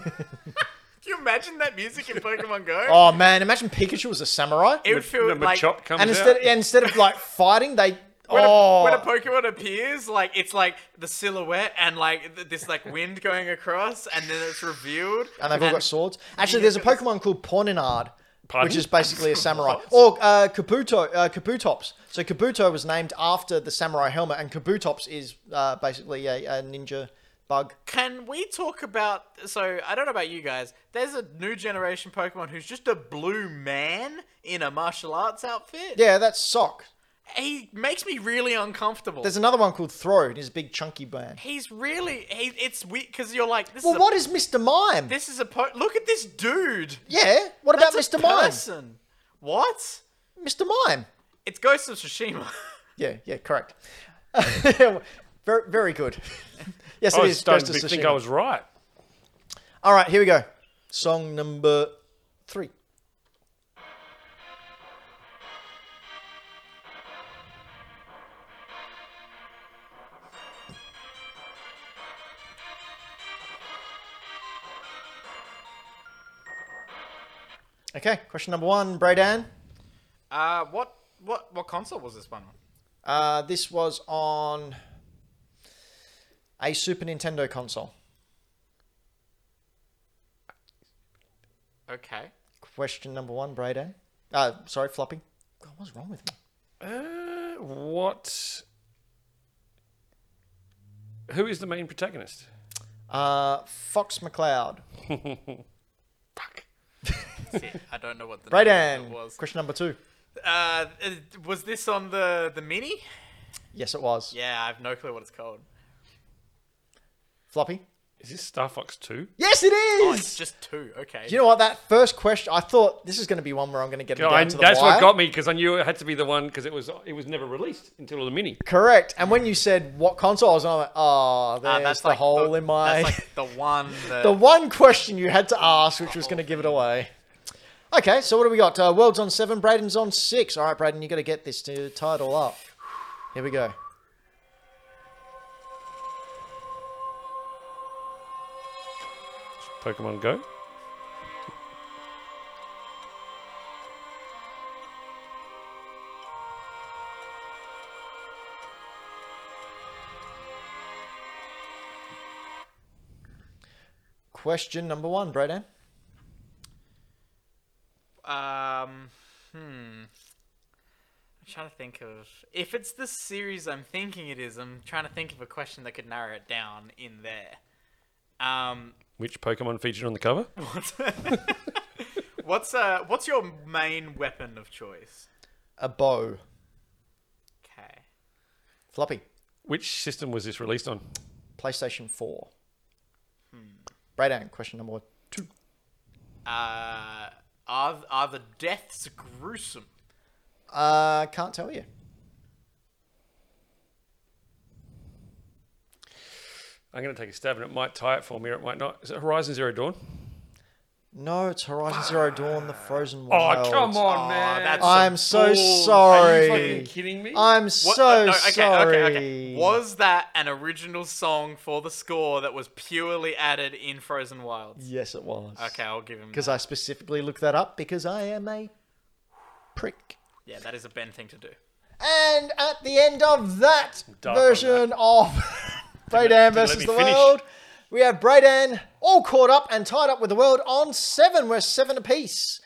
Speaker 3: you imagine that music in Pokemon Go?
Speaker 1: [LAUGHS] Oh, man. Imagine Pikachu was a samurai.
Speaker 3: it would feel
Speaker 2: Number
Speaker 3: like
Speaker 2: Chop comes
Speaker 1: and instead,
Speaker 2: out.
Speaker 1: and instead of like fighting, they
Speaker 3: when,
Speaker 1: oh
Speaker 3: a, when a Pokemon appears, like it's like the silhouette and like th- this like wind going across, and then it's revealed.
Speaker 1: and they've all got swords. Actually, there's a Pokemon called Porninard,
Speaker 2: Pardon?
Speaker 1: which is basically a samurai. Or uh, Kabuto, uh, Kabutops. So Kabuto was named after the samurai helmet, and Kabutops is uh, basically a, a ninja bug.
Speaker 3: Can we talk about? So I don't know about you guys. There's a new generation Pokemon who's just a blue man in a martial arts outfit.
Speaker 1: Yeah, that's Sock.
Speaker 3: he makes me really uncomfortable.
Speaker 1: There's another one called Throw. and He's a big chunky man.
Speaker 3: He's really he, it's weird because you're like this is
Speaker 1: Well,
Speaker 3: a,
Speaker 1: what is Mr. Mime?
Speaker 3: this is a po- look at this dude.
Speaker 1: yeah, what about
Speaker 3: That's
Speaker 1: Mr.
Speaker 3: a person. What?
Speaker 1: Mime? Mr. Mime.
Speaker 3: It's Ghost of Tsushima. [LAUGHS]
Speaker 1: Yeah, yeah, correct. [LAUGHS] very, very good. [LAUGHS] yes,
Speaker 2: I
Speaker 1: it
Speaker 2: was
Speaker 1: is. Ghost
Speaker 2: starting
Speaker 1: of
Speaker 2: to think
Speaker 1: Tsushima.
Speaker 2: I was right.
Speaker 1: All right, here we go. Song number three. Okay, question number one, Braydan.
Speaker 3: uh, what what what console was this one? on?
Speaker 1: Uh, this was on a Super Nintendo console.
Speaker 3: Okay.
Speaker 1: Question number one, Braydan. Uh, sorry, Floppy. God, what's wrong with me?
Speaker 2: Uh, what? Who is the main protagonist?
Speaker 1: Uh, Fox McCloud.
Speaker 2: Fuck.
Speaker 3: See, I don't know
Speaker 1: [LAUGHS]
Speaker 3: what the name of
Speaker 1: Brayden.
Speaker 3: it was.
Speaker 1: Question number two.
Speaker 3: Uh, it- was this on the the mini?
Speaker 1: Yes, it was.
Speaker 3: Yeah, I have no clue what it's called.
Speaker 1: Floppy.
Speaker 2: Is this Star Fox 2?
Speaker 1: Yes, it
Speaker 3: Oh,
Speaker 1: is.
Speaker 3: it's just two. Okay.
Speaker 1: you know what? That first question, I thought this is going to be one where I'm going to get it
Speaker 2: No,
Speaker 1: down
Speaker 2: I-
Speaker 1: to the
Speaker 2: that's
Speaker 1: wire.
Speaker 2: what got me because I knew it had to be the one because it was it was never released until the mini.
Speaker 1: Correct. And when you said what console, I was I'm like, oh,
Speaker 3: Uh,
Speaker 1: there's the hole in my.
Speaker 3: That's like the one.
Speaker 1: [LAUGHS]
Speaker 3: That,
Speaker 1: the one question you had to ask, which was going to give it away. Okay, so what do we got? Uh, World's on seven, Braden's on six. All right, Braden, you got to get this to tie it all up. Here we go.
Speaker 2: Pokemon Go.
Speaker 1: Question number one, Braden.
Speaker 3: Um, hmm. I'm trying to think of if it's the series I'm thinking it is. I'm trying to think of a question that could narrow it down in there. Um, [LAUGHS]
Speaker 2: Which Pokemon featured on the cover?
Speaker 3: what's what's uh what's your main weapon of choice?
Speaker 1: A bow.
Speaker 3: Okay.
Speaker 1: Floppy.
Speaker 2: Which system was this released on?
Speaker 1: PlayStation 4. Brayden, question number two.
Speaker 3: Uh, are are the deaths gruesome?
Speaker 1: Uh, can't tell you.
Speaker 2: I'm going to take a stab and it might tie it for me or it might not. Is it Horizon Zero Dawn?
Speaker 1: No, it's Horizon Zero Dawn, the Frozen
Speaker 2: Oh,
Speaker 1: Wild.
Speaker 2: come on,
Speaker 3: Aw,
Speaker 2: man.
Speaker 3: that's a
Speaker 1: I'm so
Speaker 3: bull.
Speaker 2: Are
Speaker 1: sorry.
Speaker 2: you fucking kidding me?
Speaker 1: I'm
Speaker 3: What- uh,
Speaker 1: so
Speaker 3: no, okay,
Speaker 1: sorry.
Speaker 3: Okay, okay. Was that an original song for the score that was purely added in Frozen Wilds?
Speaker 1: Yes, it was.
Speaker 3: Okay, I'll give him.
Speaker 1: Because
Speaker 3: that.
Speaker 1: I specifically looked that up because I am a prick.
Speaker 3: yeah, that is a Ben thing to do.
Speaker 1: And at the end of that
Speaker 2: Dark on
Speaker 1: version
Speaker 2: [LAUGHS]
Speaker 1: of Braydan [LAUGHS]
Speaker 2: let- didn't let
Speaker 1: versus
Speaker 2: me
Speaker 1: the
Speaker 2: finish.
Speaker 1: world, we have Braydan all caught up and tied up with the world on seven. We're seven apiece.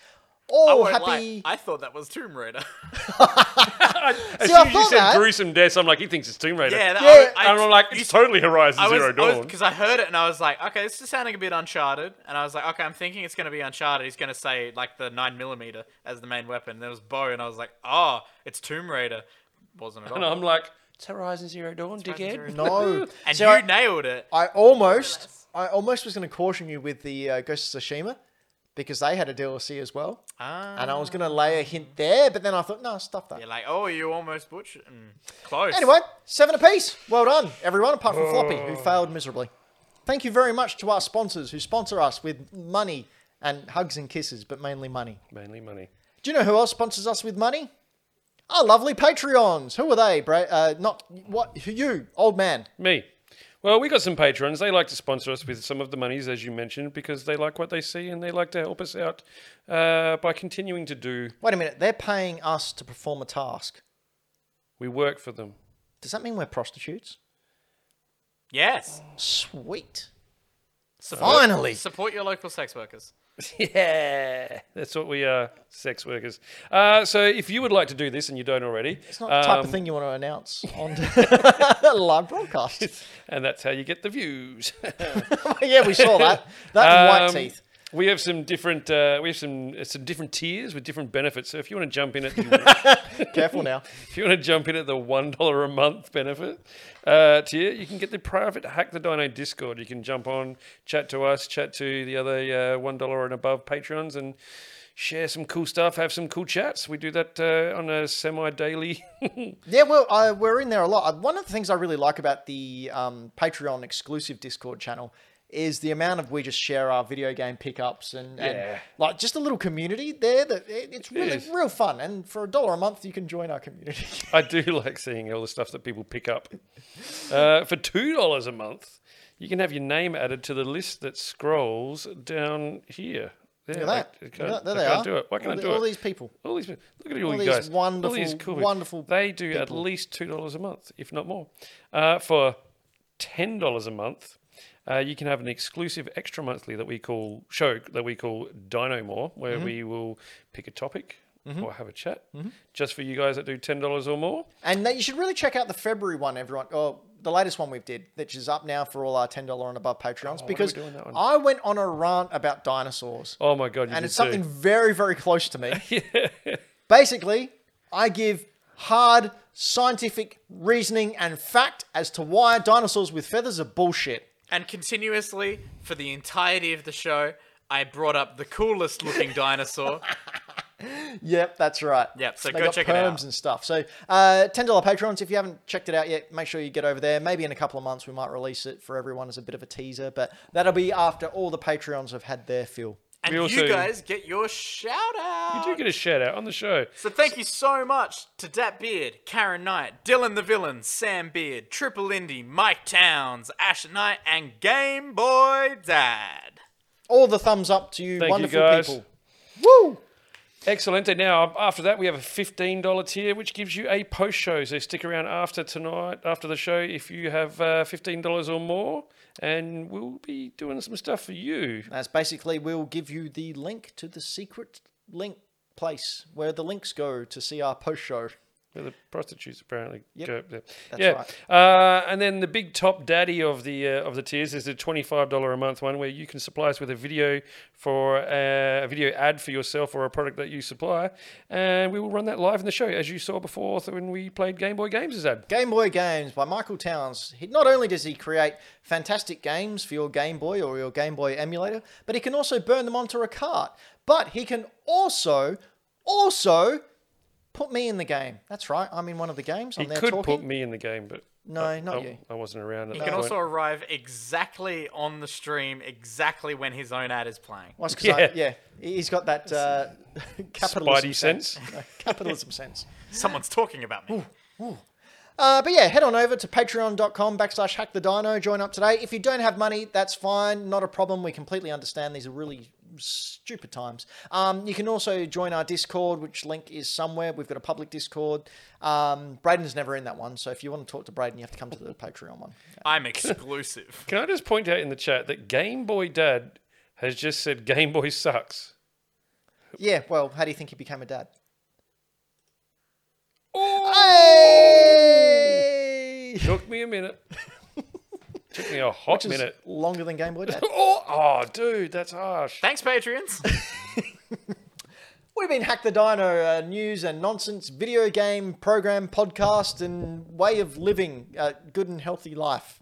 Speaker 3: I
Speaker 1: All
Speaker 3: won't
Speaker 1: Oh, happy.
Speaker 3: lie, I thought that was Tomb Raider. [LAUGHS]
Speaker 2: As
Speaker 1: I
Speaker 2: soon as you
Speaker 1: thought
Speaker 2: said
Speaker 1: that-
Speaker 2: gruesome deaths, I'm like, he thinks it's Tomb Raider.
Speaker 3: yeah, that,
Speaker 1: Yeah.
Speaker 3: I, I,
Speaker 2: and I'm like, it's totally Horizon
Speaker 3: I was,
Speaker 2: Zero Dawn.
Speaker 3: because I, heard it and I was like, okay, this is sounding a bit Uncharted, and I was like, okay, I'm thinking it's gonna be Uncharted. He's gonna say like the nine millimeter as the main weapon. There was bow, and I was like, oh, it's Tomb Raider. Wasn't at
Speaker 2: [LAUGHS]
Speaker 3: all.
Speaker 2: and I'm like, it's Horizon Zero Dawn, dickhead. [LAUGHS]
Speaker 3: Zero
Speaker 1: no.
Speaker 3: and
Speaker 1: So
Speaker 3: you
Speaker 1: I-
Speaker 3: nailed it.
Speaker 1: I almost, I almost was going to caution you with the uh, Ghost of Tsushima because they had a DLC as well,
Speaker 3: Ah.
Speaker 1: and I was going to lay a hint there, but then I thought, no, stuff that.
Speaker 3: You're like, oh, you almost butchered. Mm, close.
Speaker 1: Anyway, seven apiece. Well done, everyone, apart from Floppy,
Speaker 2: Oh.
Speaker 1: who failed miserably. Thank you very much to our sponsors who sponsor us with money and hugs and kisses, but mainly money.
Speaker 2: Mainly money.
Speaker 1: Do you know who else sponsors us with money? Our lovely Patreons. Who are they? Bra- uh, not what? Who you, old man?
Speaker 2: Me. Well, we got some patrons. They like to sponsor us with some of the monies, as you mentioned, because they like what they see and they like to help us out uh, by continuing to do.
Speaker 1: Wait a minute. They're paying us to perform a task.
Speaker 2: We work for them.
Speaker 1: Does that mean we're prostitutes?
Speaker 3: yes.
Speaker 1: Sweet.
Speaker 3: Support,
Speaker 1: Finally.
Speaker 3: support your local sex workers.
Speaker 2: yeah, that's what we are, sex workers. Uh, so, if you would like to do this and you don't already,
Speaker 1: It's not the type of
Speaker 2: um,
Speaker 1: thing you want to announce
Speaker 2: [LAUGHS]
Speaker 1: on [LAUGHS] live broadcast. [LAUGHS]
Speaker 2: and that's how you get the views. [LAUGHS]
Speaker 1: yeah, we saw that. That and
Speaker 2: Um,
Speaker 1: white teeth.
Speaker 2: We have some different. Uh, we have some uh, some different tiers with different benefits. So if you want to jump in at the, [LAUGHS]
Speaker 1: Careful now.
Speaker 2: if you want to jump in at the one dollar a month benefit uh, tier, you can get the private Hack the Dino Discord. You can jump on, chat to us, chat to the other uh, one dollar and above patrons, and share some cool stuff, have some cool chats. We do that uh, on a semi [LAUGHS] daily.
Speaker 1: [LAUGHS] Yeah, well, uh, we're in there a lot. Uh, One of the things I really like about the um, Patreon exclusive Discord channel is the amount of we just share our video game pickups and,
Speaker 2: Yeah.
Speaker 1: and like just a little community there that it, it's really
Speaker 2: is.
Speaker 1: real fun. And for a dollar a month, you can join our community. [LAUGHS]
Speaker 2: [LAUGHS] I do like seeing all the stuff that people pick up. Uh, for two dollars a month, you can have your name added to the list that scrolls down here.
Speaker 1: Look
Speaker 2: There,
Speaker 1: at
Speaker 2: I, I
Speaker 1: that.
Speaker 2: can't,
Speaker 1: Look at that. There
Speaker 2: I
Speaker 1: they
Speaker 2: can't
Speaker 1: are.
Speaker 2: do it. Why can't
Speaker 1: all
Speaker 2: I
Speaker 1: the-
Speaker 2: do
Speaker 1: all
Speaker 2: it?
Speaker 1: these people.
Speaker 2: all these, look at all,
Speaker 1: all
Speaker 2: you
Speaker 1: these
Speaker 2: guys.
Speaker 1: wonderful-
Speaker 2: all these cool people.
Speaker 1: wonderful
Speaker 2: They do at least two dollars a month, if not more. Uh, for ten dollars a month, uh, you can have an exclusive extra monthly that we call show that we call Dino More, where
Speaker 1: Mm-hmm.
Speaker 2: we will pick a topic or have a chat just for you guys that do ten dollars or more.
Speaker 1: And that you should really check out the February one, everyone. Oh, the latest one we've did, which is up now for all our ten dollar and above Patreons,
Speaker 2: Oh, we
Speaker 1: because
Speaker 2: doing that one?
Speaker 1: I went on a rant about dinosaurs,
Speaker 2: Oh my god! You
Speaker 1: and
Speaker 2: did
Speaker 1: it's something
Speaker 2: too.
Speaker 1: very, very close to
Speaker 3: [LAUGHS]
Speaker 1: me. Basically, I give hard scientific reasoning and fact as to why dinosaurs with feathers are bullshit.
Speaker 3: And continuously, for the entirety of the show, I brought up the coolest looking [LAUGHS]
Speaker 2: [LAUGHS]
Speaker 3: dinosaur.
Speaker 1: Yep, that's right.
Speaker 3: Yep, so
Speaker 1: they
Speaker 3: go
Speaker 1: got
Speaker 3: check it
Speaker 1: perms
Speaker 3: out.
Speaker 1: and stuff. So uh, ten dollar patrons. If you haven't checked it out yet, make sure you get over there. Maybe in a couple of months we might release it for everyone as a bit of a teaser, but that'll be after all the Patreons have had their fill.
Speaker 3: And
Speaker 2: We also-
Speaker 3: you guys get your shout out.
Speaker 2: You do get a shout out on the show.
Speaker 3: So thank you so much to Dat Beard, Karen Knight, Dylan the Villain, Sam Beard, Triple Indy, Mike Towns, Ash Knight, and Game Boy Dad.
Speaker 1: All the thumbs up to you,
Speaker 2: Thank
Speaker 1: wonderful
Speaker 2: you guys.
Speaker 1: people. Woo!
Speaker 2: Excellent. And now, after that, we have a $15 tier, which gives you a post show. So stick around after tonight, after the show, if you have uh, $15 or more, and we'll be doing some stuff for you.
Speaker 1: That's basically we'll give you the link to the secret link place where the links go to see our post show.
Speaker 2: Where the prostitutes apparently go up there.
Speaker 1: That's
Speaker 2: yeah.
Speaker 1: right.
Speaker 2: Uh, and then the big top daddy of the uh, of the tiers is the twenty five dollar a month one, where you can supply us with a video for uh, a video ad for yourself or a product that you supply, and we will run that live in the show, as you saw before when we played Game Boy Games' ad.
Speaker 1: Game Boy Games by Michael Towns. He, not only does he create fantastic games for your Game Boy or your Game Boy emulator, but he can also burn them onto a cart. But he can also, also put me in the game. That's right, I'm in one of the games. I'm
Speaker 2: He
Speaker 1: there
Speaker 2: could
Speaker 1: talking.
Speaker 2: put me oh. in the game, but
Speaker 1: No, not
Speaker 2: I,
Speaker 1: you.
Speaker 2: I wasn't around at
Speaker 3: He
Speaker 2: that
Speaker 3: can
Speaker 2: point.
Speaker 3: also arrive exactly on the stream, exactly when his own ad is playing.
Speaker 1: Well, that's 'cause I-
Speaker 2: Yeah.
Speaker 1: yeah. He- He's got that uh,
Speaker 2: [LAUGHS]
Speaker 1: capitalism
Speaker 2: Spidey sense.
Speaker 1: No, capitalism sense.
Speaker 3: Someone's talking about me.
Speaker 1: Uh, but yeah, head on over to patreon.com backslash hack the dino. Join up today. If you don't have money, that's fine. Not a problem. We completely understand. These are really stupid times. Um, you can also join our Discord, which link is somewhere. We've got a public Discord. Um, Braden's never in that one. So if you want to talk to Braden, you have to come to the Patreon one.
Speaker 3: I'm exclusive.
Speaker 2: Can I just point out in the chat that Game Boy Dad has just said Game Boy sucks.
Speaker 1: Yeah, well, how do you think he became a dad? Hey!
Speaker 2: Took me a minute. Took me
Speaker 1: [LAUGHS]
Speaker 2: a
Speaker 1: Which
Speaker 2: hot
Speaker 1: is
Speaker 2: minute.
Speaker 1: longer than Game Boy Dad.
Speaker 2: Oh, oh, dude, that's harsh.
Speaker 3: Thanks, Patreons.
Speaker 1: We've been Hack the Dino uh, news and nonsense, video game, program, podcast, and way of living a good and healthy life.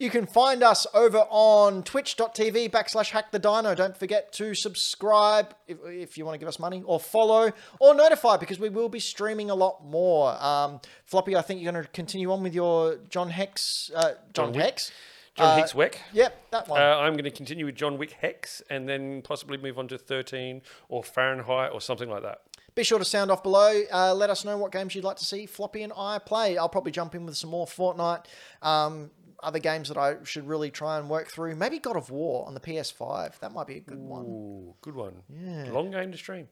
Speaker 1: You can find us over on twitch.tv backslash hack the dino. Don't forget to subscribe if, if you want to give us money or follow or notify because we will be streaming a lot more. Um, Floppy, I think you're going to continue on with your John Hex. Uh, John,
Speaker 2: Wick.
Speaker 1: Hex?
Speaker 2: John
Speaker 1: Uh,
Speaker 2: Hicks Weck.
Speaker 1: Yep, that one.
Speaker 2: Uh, I'm going to continue with John Wick Hex and then possibly move on to 13 or Fahrenheit or something like that.
Speaker 1: Be sure to sound off below. Uh, let us know what games you'd like to see Floppy and I play. I'll probably jump in with some more Fortnite, um, other games that I should really try and work through. Maybe God of War on the PS5. That might be a good one.
Speaker 2: Ooh, good one. Long game to stream.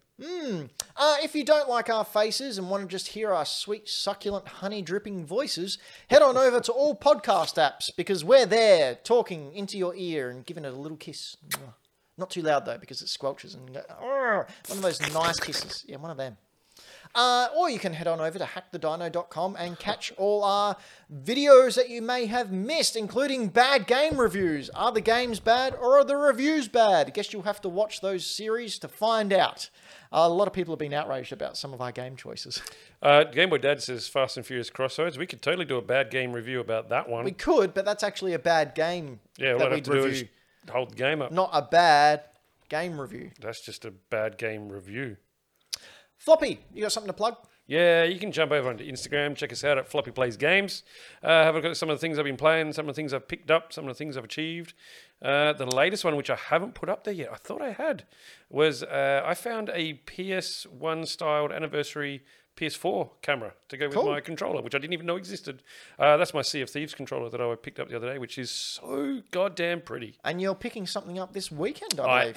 Speaker 1: Uh, if you don't like our faces and want to just hear our sweet, succulent, honey dripping voices, head on over to all podcast apps because we're there talking into your ear and giving it a little kiss. Mwah. Not too loud though because it squelches and go, "Arr," one of those nice kisses. Yeah, one of them. Uh, or you can head on over to hackthedino.com and catch all our videos that you may have missed, including bad game reviews. Are the games bad or are the reviews bad? Guess you'll have to watch those series to find out. a lot of people have been outraged about some of our game choices. [LAUGHS]
Speaker 2: Uh, Game Boy Dad says Fast and Furious Crossroads. We could totally do a bad game review about that one.
Speaker 1: We could, but that's actually a bad game
Speaker 2: yeah, all
Speaker 1: that
Speaker 2: I'd
Speaker 1: we
Speaker 2: have to
Speaker 1: review,
Speaker 2: do is hold the game up.
Speaker 1: not a bad game review.
Speaker 2: That's just a bad game review.
Speaker 1: Floppy, you got something to plug?
Speaker 2: Yeah, you can jump over onto Instagram, check us out at Floppy Plays Games. Uh, have a look at some of the things I've been playing, some of the things I've picked up, some of the things I've achieved. Uh, the latest one, which I haven't put up there yet, I thought I had, was uh, I found a PS1 styled anniversary PS4 camera to go with
Speaker 1: Cool.
Speaker 2: my controller, which I didn't even know existed. Uh, that's my Sea of Thieves controller that I picked up the other day, which is so goddamn pretty.
Speaker 1: And you're picking something up this weekend, I
Speaker 2: I
Speaker 1: believe.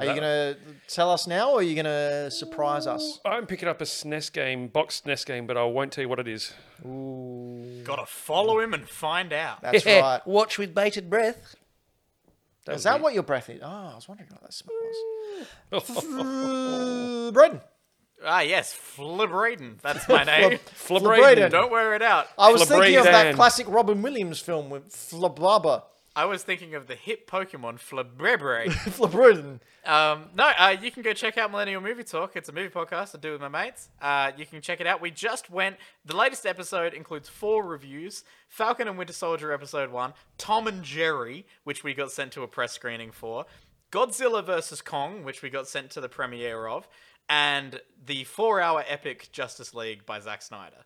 Speaker 1: are
Speaker 2: That-
Speaker 1: you going to tell us now or are you going to surprise us?
Speaker 2: I'm picking up a SNES game, box SNES game, but I won't tell you what it is.
Speaker 3: Gotta follow him and find out.
Speaker 1: That's right.
Speaker 2: Watch with bated breath.
Speaker 1: Is that what your breath is? Oh, I was wondering what that smell
Speaker 2: [LAUGHS]
Speaker 1: was. Braden.
Speaker 3: Ah, yes, Flibraden. That's my name.
Speaker 1: Flabraden.
Speaker 3: Don't wear it out.
Speaker 1: I was thinking of that
Speaker 2: Flabraden.
Speaker 1: classic Robin Williams film with Flablaba.
Speaker 3: I was thinking of the hit Pokemon Flabrebre.
Speaker 1: Flabraden.
Speaker 3: Um, no, uh, you can go check out Millennial Movie Talk. It's a movie podcast I do with my mates. Uh, you can check it out. We just went. The latest episode includes four reviews: Falcon and Winter Soldier episode one, Tom and Jerry, which we got sent to a press screening for, Godzilla vs Kong, which we got sent to the premiere of, and the four-hour epic Justice League by Zack Snyder.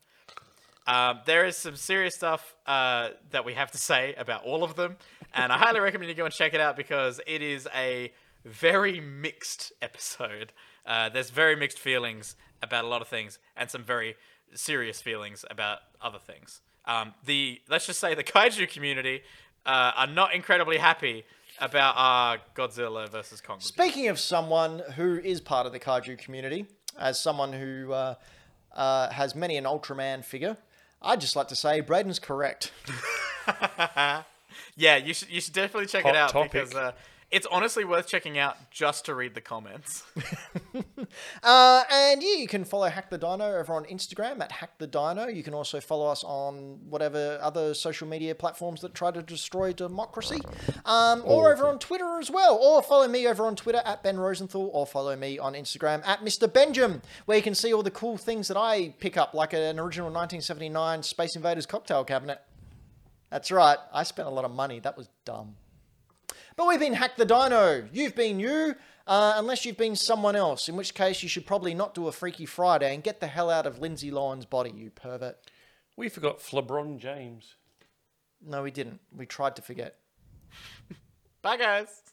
Speaker 3: Um, there is some serious stuff uh, that we have to say about all of them, and I highly recommend you go and check it out because it is a very mixed episode. Uh, there's very mixed feelings about a lot of things, and some very serious feelings about other things. Um, the let's just say the kaiju community uh, are not incredibly happy about our Godzilla versus Kong. review.
Speaker 1: Speaking of someone who is part of the kaiju community, as someone who uh, uh, has many an Ultraman figure, I'd just like to say Braden's correct. [LAUGHS]
Speaker 3: Yeah, you should you should definitely check
Speaker 2: Hot
Speaker 3: it out
Speaker 2: topic.
Speaker 3: because uh, it's honestly worth checking out just to read the comments. [LAUGHS]
Speaker 1: Uh, and yeah, you can follow Hack the Dino over on Instagram at Hack the Dino. You can also follow us on whatever other social media platforms that try to destroy democracy, um, or over on Twitter as well. Or follow me over on Twitter at Ben Rosenthal, or follow me on Instagram at Mr. Benjamin, where you can see all the cool things that I pick up, like an original 1979 Space Invaders cocktail cabinet. That's right, I spent a lot of money. That was dumb. But we've been Hack the Dino. You've been you, uh, unless you've been someone else, in which case you should probably not do a Freaky Friday and get the hell out of Lindsay Lohan's body, you pervert.
Speaker 2: We forgot Flebron James.
Speaker 1: No, we didn't. We tried to forget.
Speaker 3: Bye, guys.